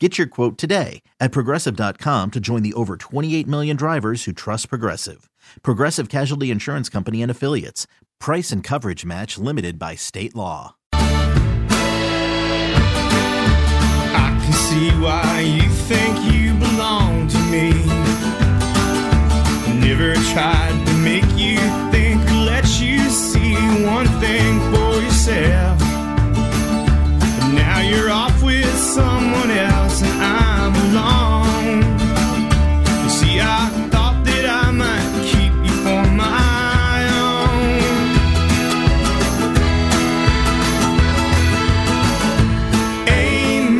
Get your quote today at progressive.com to join the over 28 million drivers who trust Progressive. Progressive Casualty Insurance Company and Affiliates. Price and coverage match limited by state law. I can see why you think you belong to me. Never tried to make you think or let you see one thing for yourself. But now you're off with someone else and I'm alone. You see, I thought that I might keep you for my own.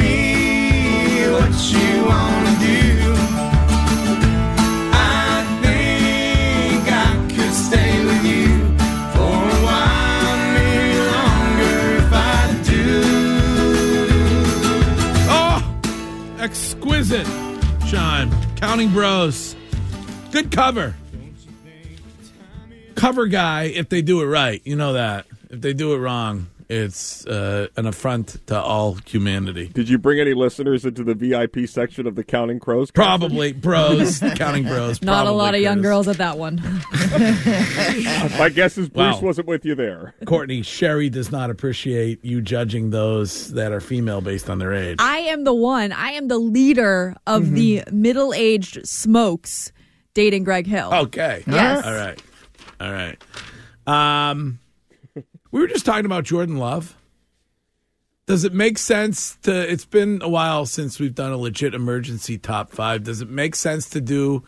Amy, what you wanna do? I think I could stay with you for a while, maybe longer if I do. Oh, exquisite, John. Counting Bros. Good cover. Cover guy, if they do it right, you know that. If they do it wrong, it's uh, an affront to all humanity. Did you bring any listeners into the VIP section of the Counting Crows? Probably bros, counting bros. Not a probably, lot of young Chris. girls at that one. My guess is Bruce Wow. wasn't with you there. Courtney Sherry does not appreciate you judging those that are female based on their age. I am the one. I am the leader of the middle-aged smokes dating Greg Hill. Okay. Yes. All right. All right. Um, we were just talking about Jordan Love. Does it make sense to? It's been a while since we've done a legit emergency top five. Does it make sense to do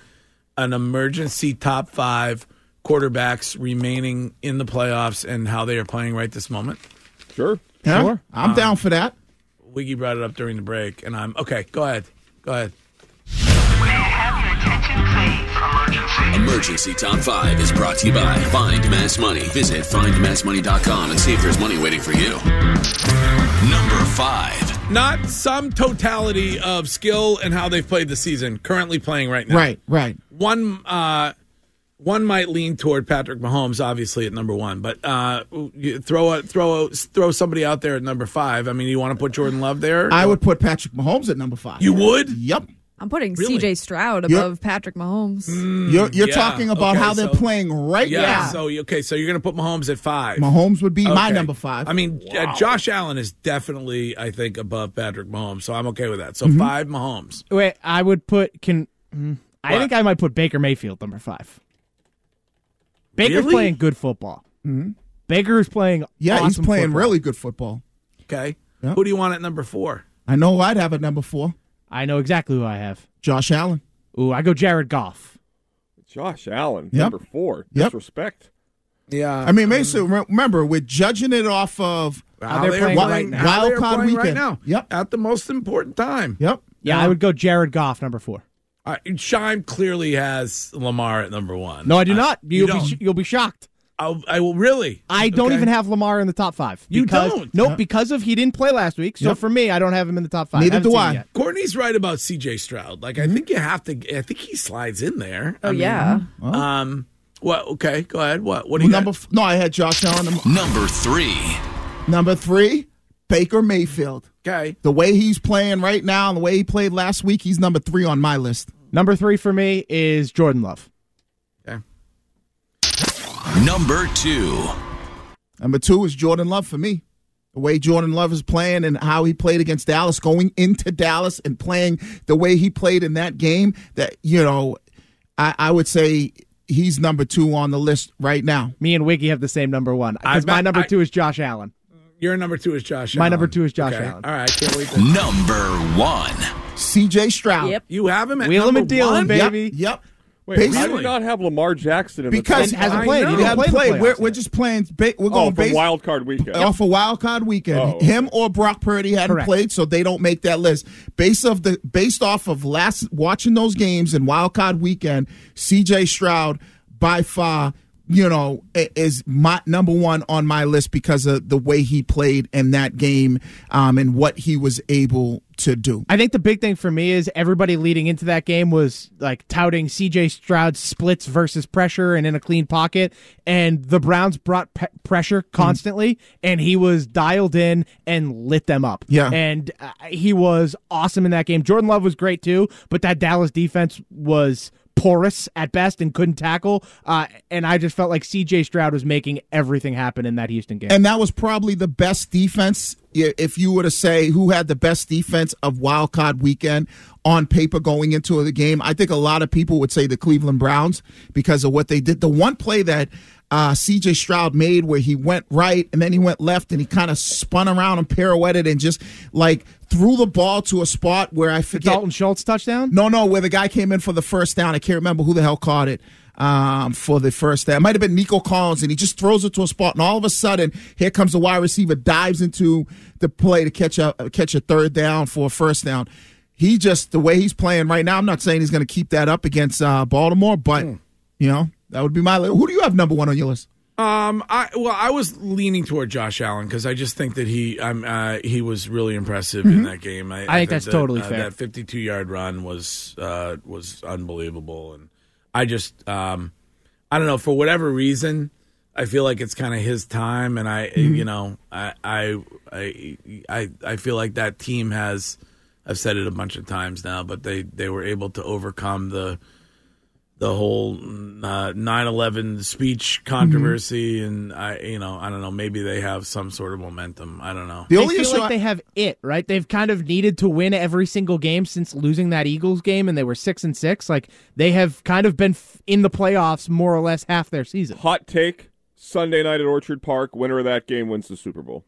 an emergency top five quarterbacks remaining in the playoffs and how they are playing right this moment? Sure. Yeah, I'm Um, down for that. Wiggy brought it up during the break, and I'm okay. Go ahead. Go ahead. May I have your attention, please? Emergency. Emergency Top 5 is brought to you by Find Mass Money. Visit findmassmoney.com and see if there's money waiting for you. Number 5. Not some totality of skill and how they've played the season. Currently playing right now. Right, right. one uh, one might lean toward Patrick Mahomes, obviously at number one, but uh, you throw a, throw a, throw somebody out there at number five. I mean, you want to put Jordan Love there? I would put Patrick Mahomes at number five. You would? Yep. I'm putting Really? Mm, CJ Stroud You're- above Patrick Mahomes. you're you're yeah, talking about okay, how they're so- playing right Yeah. now. So okay, so you're going to put Mahomes at five. Mahomes would be my Okay. number five. I mean, uh, Josh Allen is definitely, I think, above Patrick Mahomes, so I'm okay with that. Mm-hmm. So five Mahomes. Wait, I would put can. mm, I What? think I might put Baker Mayfield number five. Baker's Really? playing good football. Mm-hmm. Baker's playing. yeah, he's awesome playing football. really good football. Okay. Yeah. Who do you want at number four? I know I'd have at number four, I know exactly who I have. Josh Allen. Ooh, I go Jared Goff. Josh Allen, Yep. number four. Yep. Disrespect. Yeah. I mean, Mason, re- remember, we're judging it off of. How they're they are playing wild, right now. how they are Wild card playing right weekend. now. Yep. At the most important time. Yep. Yeah, I would go Jared Goff number four. Uh, Shime clearly has Lamar at number one. No, I do not. You'll don't. be sh- you'll be shocked. I'll, I will really. I don't Okay. even have Lamar in the top five. You because- don't? Nope, because of he didn't play last week. So Yep. for me, I don't have him in the top five. Neither haven't do seen I. it yet. Courtney's right about C.J. Stroud. Like Mm-hmm. I think you have to. I think he slides in there. oh yeah. Um. What? Okay. Go ahead. What? What do you Number got? f- no, I had Josh Allen. num- Number 3. Number three, Baker Mayfield. Okay. The way he's playing right now and the way he played last week, he's number three on my list. Number three for me is Jordan Love. okay. Number 2. Number two is Jordan Love for me. The way Jordan Love is playing and how he played against Dallas, going into Dallas and playing the way he played in that game, that, you know, I, I would say he's number two on the list right now. Me and Wiggy have the same number one. I Because my bet- number I- two is Josh Allen. Your number two is Josh. My Allen. number two is Josh Okay. Allen. All right, can't wait. To- Number one. CJ Stroud. Yep. you have him at Wheel him number and deal him, one? Yep. baby. Yep. Why Basically- do we not have Lamar Jackson in because And hasn't I played. He know. He didn't hasn't play in the played. We're, playoffs we're yet. just playing. Ba- the oh we're going from base, wild card weekend? off a wild card weekend. Oh. Him or Brock Purdy hadn't Correct. played, so they don't make that list. Based off the based off of last watching those games and wild card weekend, CJ Stroud by far, you know, i- is my number one on my list because of the way he played in that game um, and what he was able to do. I think the big thing for me is everybody leading into that game was like touting CJ Stroud's splits versus pressure and in a clean pocket. And the Browns brought pe- pressure constantly, and he was dialed in and lit them up. Yeah. And uh, he was awesome in that game. Jordan Love was great too, but that Dallas defense was porous at best and couldn't tackle. Uh, and I just felt like CJ Stroud was making everything happen in that Houston game. And that was probably the best defense. i- If you were to say who had the best defense of wild card weekend on paper going into the game, I think a lot of people would say the Cleveland Browns because of what they did. The one play that uh, CJ Stroud made where he went right and then he went left and he kind of spun around and pirouetted and just like threw the ball to a spot where I the forget. Dalton Schultz touchdown? No, no, where the guy came in for the first down. I can't remember who the hell caught it um, for the first down. It might have been Nico Collins, and he just throws it to a spot, and all of a sudden, here comes the wide receiver, dives into the play to catch a catch a third down for a first down. He just the way he's playing right now. I'm not saying he's going to keep that up against uh, Baltimore, but you know that would be my. li- Who do you have number one on your list? Um, I well, I was leaning toward Josh Allen because I just think that he, I'm, uh, he was really impressive in that game. I, Mm-hmm. think that's that, totally uh, fair. That 52 yard run was uh, was unbelievable, and I just, um, I don't know for whatever reason, I feel like it's kind of his time, and I, you know, I, I, I, I, I feel like that team has, I've said it a bunch of times now, but they they were able to overcome the the whole uh, 9/11 speech controversy, and I, you know, I don't know. Maybe they have some sort of momentum. I don't know. The they feel like they have it right. They've kind of needed to win every single game since losing that Eagles game, and they were six and six. Like they have kind of been f- in the playoffs more or less half their season. Hot take: Sunday night at Orchard Park. Winner of that game wins the Super Bowl.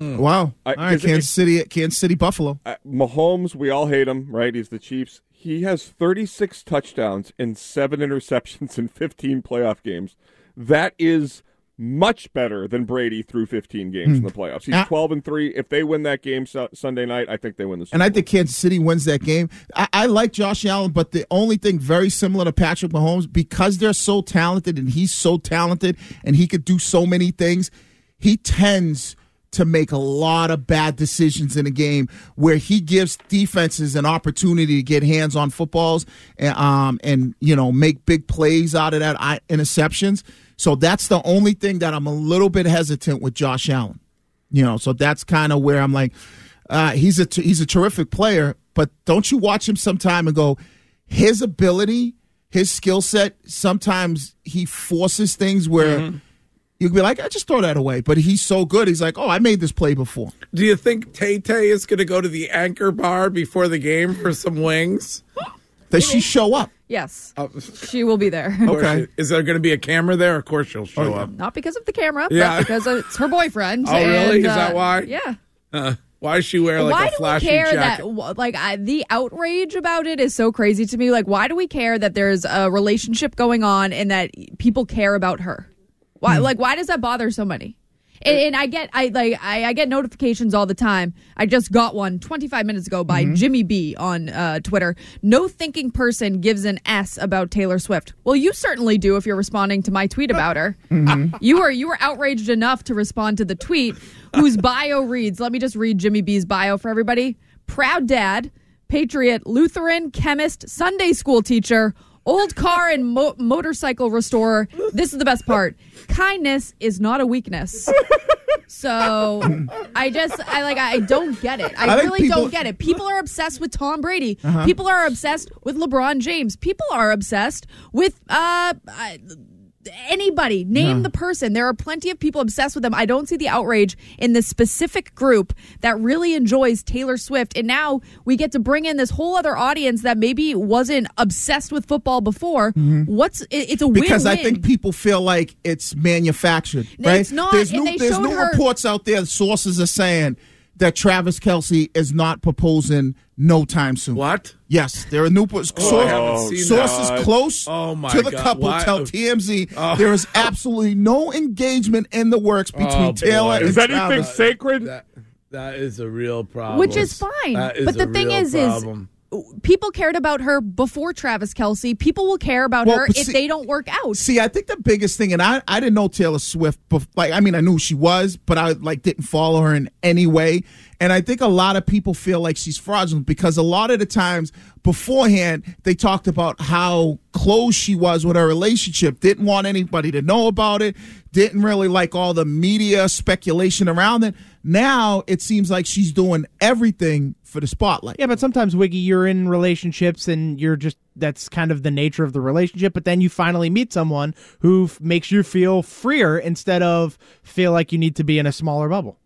wow, I- all right, 'cause it- Kansas City, Kansas City, Buffalo. Uh, Mahomes, we all hate him, right? He's the Chiefs. He has 36 touchdowns and seven interceptions in 15 playoff games. That is much better than Brady through 15 games in the playoffs. He's Ah. 12 and three. If they win that game su- Sunday night, I think they win the. Super And I Bowl. think Kansas City wins that game. I, I like Josh Allen, but the only thing very similar to Patrick Mahomes, because they're so talented and he's so talented and he could do so many things, he tends to make a lot of bad decisions in a game where he gives defenses an opportunity to get hands on footballs and um and you know make big plays out of that I, interceptions. So that's the only thing that I'm a little bit hesitant with Josh Allen. You know, so that's kind of where I'm like, uh, he's a t- he's a terrific player, but don't you watch him sometime and go, his ability, his skill set. Sometimes he forces things where Mm-hmm. you could be like, I just throw that away, but he's so good. He's like, oh, I made this play before. Do you think Tay Tay is going to go to the anchor bar before the game for some wings? Does she show up? Yes. she will be there. Of course Okay. it- Is there going to be a camera there? Of course she'll show up. Not because of the camera, Yeah. but because it's her boyfriend. Oh, really? and, Is that why? Yeah. Uh, why does she wear like why a flashy do we care jacket? that wh- like I, the outrage about it is so crazy to me? Like, why do we care that there's a relationship going on and that people care about her? Why like why does that bother somebody? And, and I get I like I, I get notifications all the time. I just got one 25 minutes ago by Jimmy B on uh, Twitter. No thinking person gives an S about Taylor Swift. Well, you certainly do if you're responding to my tweet about her. You were you were outraged enough to respond to the tweet whose bio reads. Let me just read Jimmy B's bio for everybody. Proud dad, patriot, Lutheran, chemist, Sunday school teacher, old car and mo- motorcycle restorer. This is the best part. Kindness is not a weakness. So I just I like I don't get it. I, I think really people- Uh-huh. don't get it. People are obsessed with Tom Brady. People are obsessed with LeBron James. People are obsessed with uh, anybody. Name the person. There are plenty of people obsessed with them. I don't see the outrage in this specific group that really enjoys Taylor Swift. And now we get to bring in this whole other audience that maybe wasn't obsessed with football before. What's it, it's a Mm-hmm. because win-win. I think people feel like it's manufactured. No, right? it's not, There's and new, they there's showed new her- reports out there. Sources are saying that Travis Kelsey is not proposing no time soon. What? Yes, there are new sources. I haven't seen sources that. close Oh, my to the God. couple Why- tell TMZ there is absolutely no engagement in the works between Oh, Taylor boy. and Is anything Travis. sacred? That, that is a real problem. Which is fine. That is But the a thing real is- is- problem. people cared about her before Travis Kelsey. People will care about Well, her but if see- they don't work out. See, I think the biggest thing, and I, I didn't know Taylor Swift. Bef- like, I mean, I knew who she was, but I like didn't follow her in any way. And I think a lot of people feel like she's fraudulent because a lot of the times beforehand they talked about how close she was with her relationship. Didn't want anybody to know about it. Didn't really like all the media speculation around it. Now it seems like she's doing everything for the spotlight. Yeah, but sometimes Wiggy, you're in relationships and you're just that's kind of the nature of the relationship. But then you finally meet someone who f- makes you feel freer instead of feel like you need to be in a smaller bubble.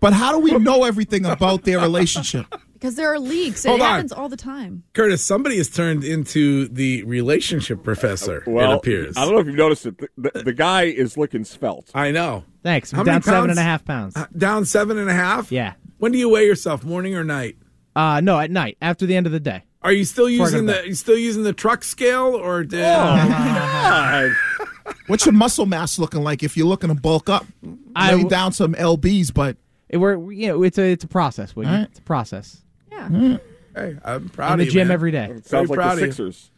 But how do we know everything about their relationship? Because there are leaks. It Hold on. happens all the time. Curtis, somebody has turned into the relationship professor, it Well, appears. I don't know if you've noticed it. The, the, the guy is looking svelte. I know. Thanks. I'm How many down seven pounds? and a half pounds. Uh, Down seven and a half? Yeah. When do you weigh yourself, morning or night? Uh, no, at night after the end of the day. Are you still Before I go using to the bed. Oh. you still using the truck scale or did Ah, God. What's your muscle mass looking like if you're looking to bulk up? I I know w- you down some lbs, but It, we're we- you know it's a it's a process. Wiggy. All right. It's a process. Mm-hmm. Hey, I'm In proud of the you, gym man. every day. Sounds Very like proud the of you. Sixers.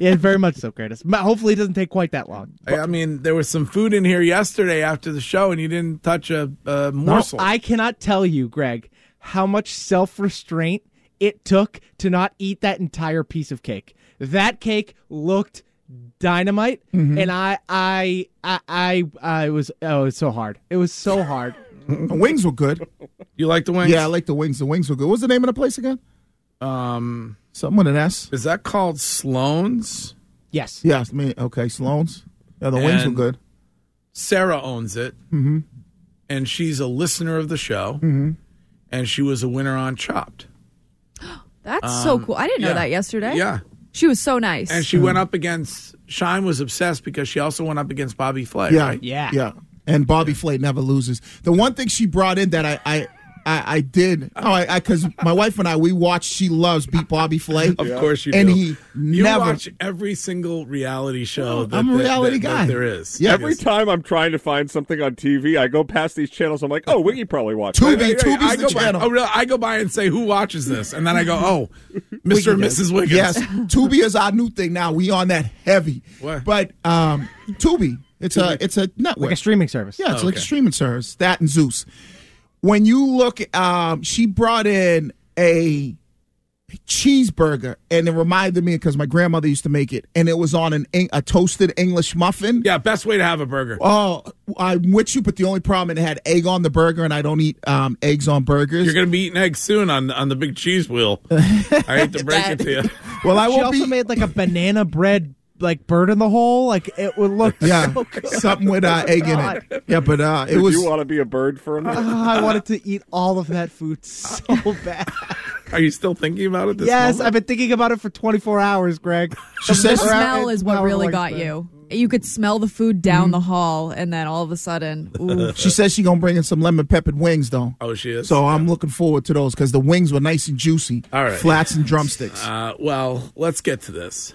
Yeah, very much so, Curtis. But hopefully, it doesn't take quite that long. I, I mean, there was some food in here yesterday after the show, and you didn't touch a, a morsel. I cannot tell you, Greg, how much self restraint it took to not eat that entire piece of cake. That cake looked dynamite, Mm-hmm. and I, I, I, I, I was. Oh, it was so hard. It was so hard. the wings were good. you like the wings? Yeah, I like the wings. The wings were good. What's the name of the place again? Um, Something with an S. is that called Sloan's? yes. Yes, me. Okay, Sloan's. Yeah, the wings were And- good. Sarah owns it, mm-hmm. and she's a listener of the show, mm-hmm. and she was a winner on Chopped. That's so cool. I didn't know Um, yeah. that yesterday. Yeah, She was so nice. and Hmm. she went up against Shine was obsessed because she also went up against Bobby Flay. Yeah, right? Yeah. yeah. And Bobby Flay never loses. The one thing she brought in that I, I, I, I did. Oh, I because my wife and I we watched. She loves beat Bobby Flay. Of course you And do. he you never- Oh, watch every single reality show. That, I'm a that- reality that- that guy. there is. Yeah. Every time I'm trying to find something on TV, I go past these channels. I'm like, oh, Wiggy probably watched Tubi, that. Tubi's I the go channel. By, oh, really? I go by and say, "Who watches this?" And then I go, "Oh, Mr. and Mrs. Wiggins." Yes, Tubi is our new thing now. We on that heavy. What? But um, Tubi, it's a it's a network. Like a streaming service. Yeah, it's like okay. a streaming service. That and Zeus. When you look, um, she brought in a cheeseburger, and it reminded me because my grandmother used to make it, and it was on an Eng- a toasted English muffin. Yeah, best way to have a burger. Oh, I'm with you, but the only problem it had egg on the burger, and I don't eat um, eggs on burgers. You're going to be eating eggs soon on on the big cheese wheel. I hate to break it to you. well, I She won't also be. made like a banana bread, like bird in the hole. Like it would look. yeah, so good. something with uh, egg in it. Yeah, but uh, it Did was. Ah, you want to be a bird for a minute? I wanted to eat all of that food so bad. Are you still thinking about it? This yes, I've moment? been thinking about it for 24 hours, Greg. she the said she- smell It's is what however really long it's got been. you. You could smell the food down the hall, and then all of a sudden, ooh. she says she gonna bring in some lemon peppered wings though. Oh, she is. So I'm looking forward to those because the wings were nice and juicy. All right. Flats and drumsticks. uh, well, let's get to this.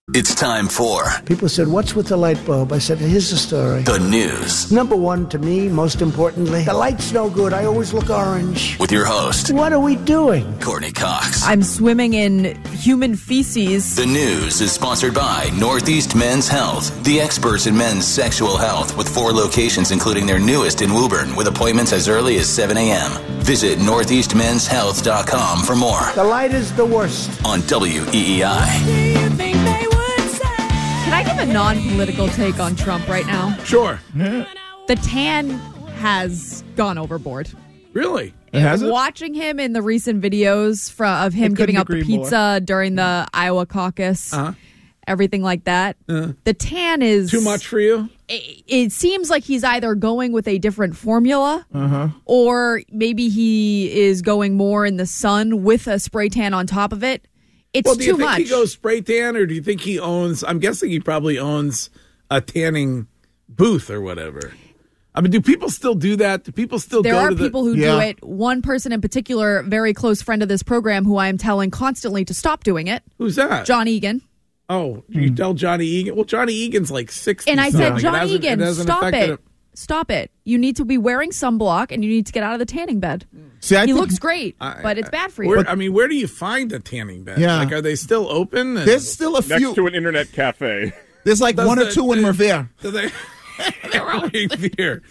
It's time for People said, What's with the light bulb? I said, Here's the story. the news Number one to me, most importantly, the light's no good. I always look orange. with your host, What are we doing? Courtney Cox. I'm swimming in human feces. The news is sponsored by Northeast Men's Health, the experts in men's sexual health, with four locations, including their newest in Woburn, with appointments as early as 7 a.m. Visit northeastmenshealth.com for more The light is the worst. on E WEEI. Can I give a non political take on Trump right now? Sure. The tan has gone overboard. Really? Watching him in the recent videos fro- of I him couldn't giving up the agree more. pizza during the Iowa caucus, Uh-huh. everything like that, the tan is. Too much for you? It, it seems like he's either going with a different formula Uh-huh. or maybe he is going more in the sun with a spray tan on top of it. It's well, do too you think much. he goes spray tan, or do you think he owns? I'm guessing he probably owns a tanning booth or whatever. I mean, do people still do that? Do people still there go are to the, people who do it. One person in particular, very close friend of this program, who I am telling constantly to stop doing it, Who's that? John Egan. Oh, you tell Johnny Egan. Well, Johnny Egan's like six. And I said, John hasn't, Egan, hasn't stop affected it. him. Stop it. You need to be wearing sunblock and you need to get out of the tanning bed. See, I he think- looks great, I- but it's bad for you. Where, I mean, where do you find a tanning bed? Yeah. Like, are they still open? And There's still a Next few. to an internet cafe. There's like Does one or the- two in the- Revere. do they? They're all here.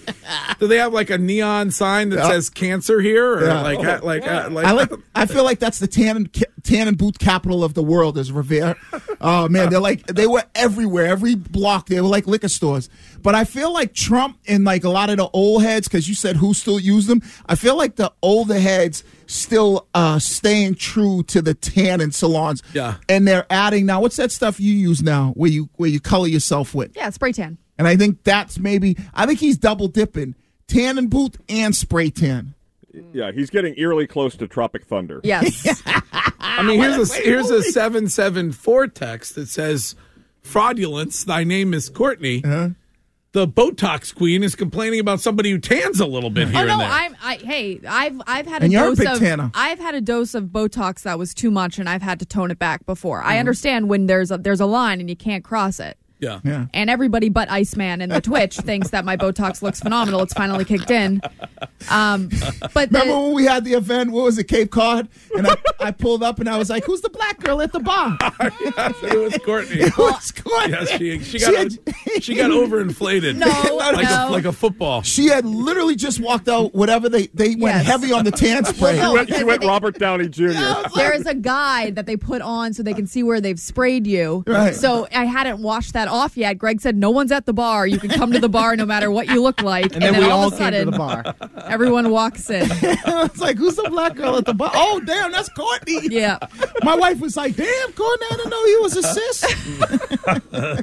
Do they have like a neon sign that Yeah. says "cancer here"? Or Yeah. like, uh, like, uh, like, I like. I feel like that's the tan ca- tan and boot capital of the world is Revere. Oh man, they're like they were everywhere, every block. They were like liquor stores. But I feel like Trump and like a lot of the old heads, because you said who still use them. I feel like the older heads still uh staying true to the tan and salons. Yeah. and they're adding now. What's that stuff you use now? Where you where you color yourself with? yeah, spray tan. And I think that's maybe. I think he's double dipping tan and boot and spray tan. Yeah, he's getting eerily close to Tropic Thunder. Yes. I mean, here's a here's a seven seven four text that says, "Fraudulence. Thy name is Courtney. Uh-huh. The Botox queen is complaining about somebody who tans a little bit here oh no, and there. I'm. I hey, I've I've had And a you're a dose big of tanner. I've had a dose of Botox that was too much, and I've had to tone it back before. Mm-hmm. I understand when there's a there's a line and you can't cross it. yeah. Yeah. And everybody but Iceman and the Twitch thinks that my Botox looks phenomenal. It's finally kicked in. Um, but the- Remember when we had the event? What was it, Cape Cod? And I, I pulled up and I was like, "Who's the black girl at the bar?" it was Courtney. It was Courtney. Yes, she, she got had- she got overinflated. No, like no. A, like a football. She had literally just walked out. Whatever they they went Yes. heavy on the tan spray. She no. went, she went Robert Downey uh, Jr. there is a guide that they put on so they can see where they've sprayed you. Right. So I hadn't washed that off yet. Greg said, "No one's at the bar. You can come to the bar no matter what you look like." And then we all all of a came to sudden, the bar. everyone walks in. it's like, "Who's the black girl at the bar?" Oh, damn, that's Courtney. Yeah. My wife was like, "Damn, Courtney, I didn't know you was a sis."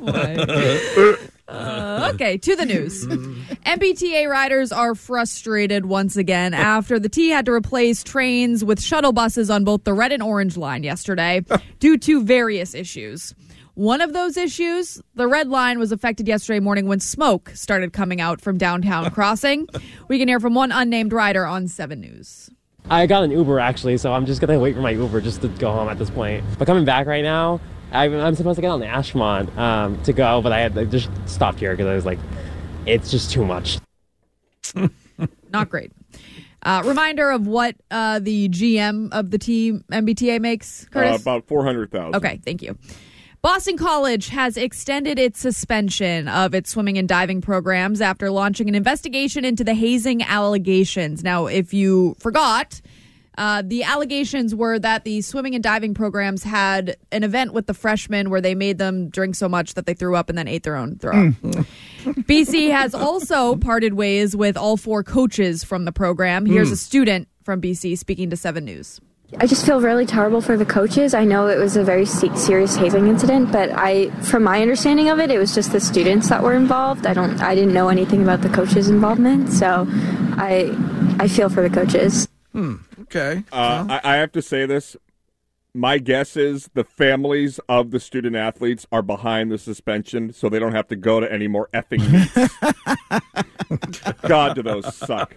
Uh, okay, to the news. MBTA riders are frustrated once again after the T had to replace trains with shuttle buses on both the red and orange line yesterday due to various issues. One of those issues, the red line was affected yesterday morning when smoke started coming out from downtown crossing. We can hear from one unnamed rider on 7 News. I got an Uber actually, so I'm just gonna wait for my Uber just to go home at this point. But coming back right now, I'm, I'm supposed to get on the Ashmont um, to go, but I had I just stopped here because I was like, it's just too much. Not great. Uh, reminder of what uh, the GM of the team MBTA makes, Uh, Curtis? about 400,000. Okay, thank you. Boston College has extended its suspension of its swimming and diving programs after launching an investigation into the hazing allegations. Now, if you forgot, uh, the allegations were that the swimming and diving programs had an event with the freshmen where they made them drink so much that they threw up and then ate their own throw. BC has also parted ways with all four coaches from the program. Here's Mm. a student from BC speaking to 7 News. I just feel really terrible for the coaches. I know it was a very se- serious hazing incident, but I, from my understanding of it, it was just the students that were involved. I don't, I didn't know anything about the coaches' involvement, so I, I feel for the coaches. Okay. Uh, I, I have to say this. My guess is the families of the student athletes are behind the suspension, so they don't have to go to any more effing meets. God, do those suck!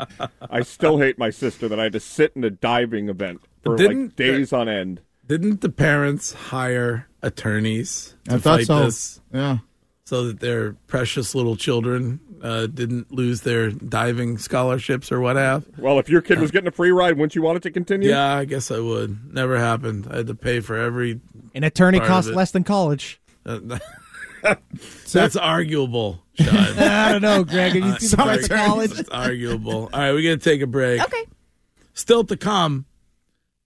I still hate my sister that I had to sit in a diving event for Didn't- like days on end. Didn't the parents hire attorneys to I thought fight so. this? Yeah. So that their precious little children uh, didn't lose their diving scholarships or what have. Well, if your kid was getting a free ride, wouldn't you want it to continue? Yeah, I guess I would. Never happened. I had to pay for every. An attorney part of costs it. less than college. Uh, That's arguable, Sean. I don't know, Greg. Uh, Have you seen the price of college? It's arguable. All right, we're going to take a break. Okay. Still to come,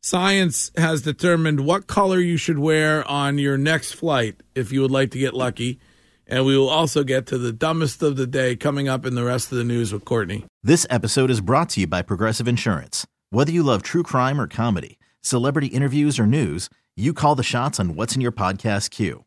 science has determined what color you should wear on your next flight if you would like to get lucky. And we will also get to the dumbest of the day coming up in the rest of the news with Courtney. This episode is brought to you by Progressive Insurance. Whether you love true crime or comedy, celebrity interviews or news, you call the shots on what's in your podcast queue.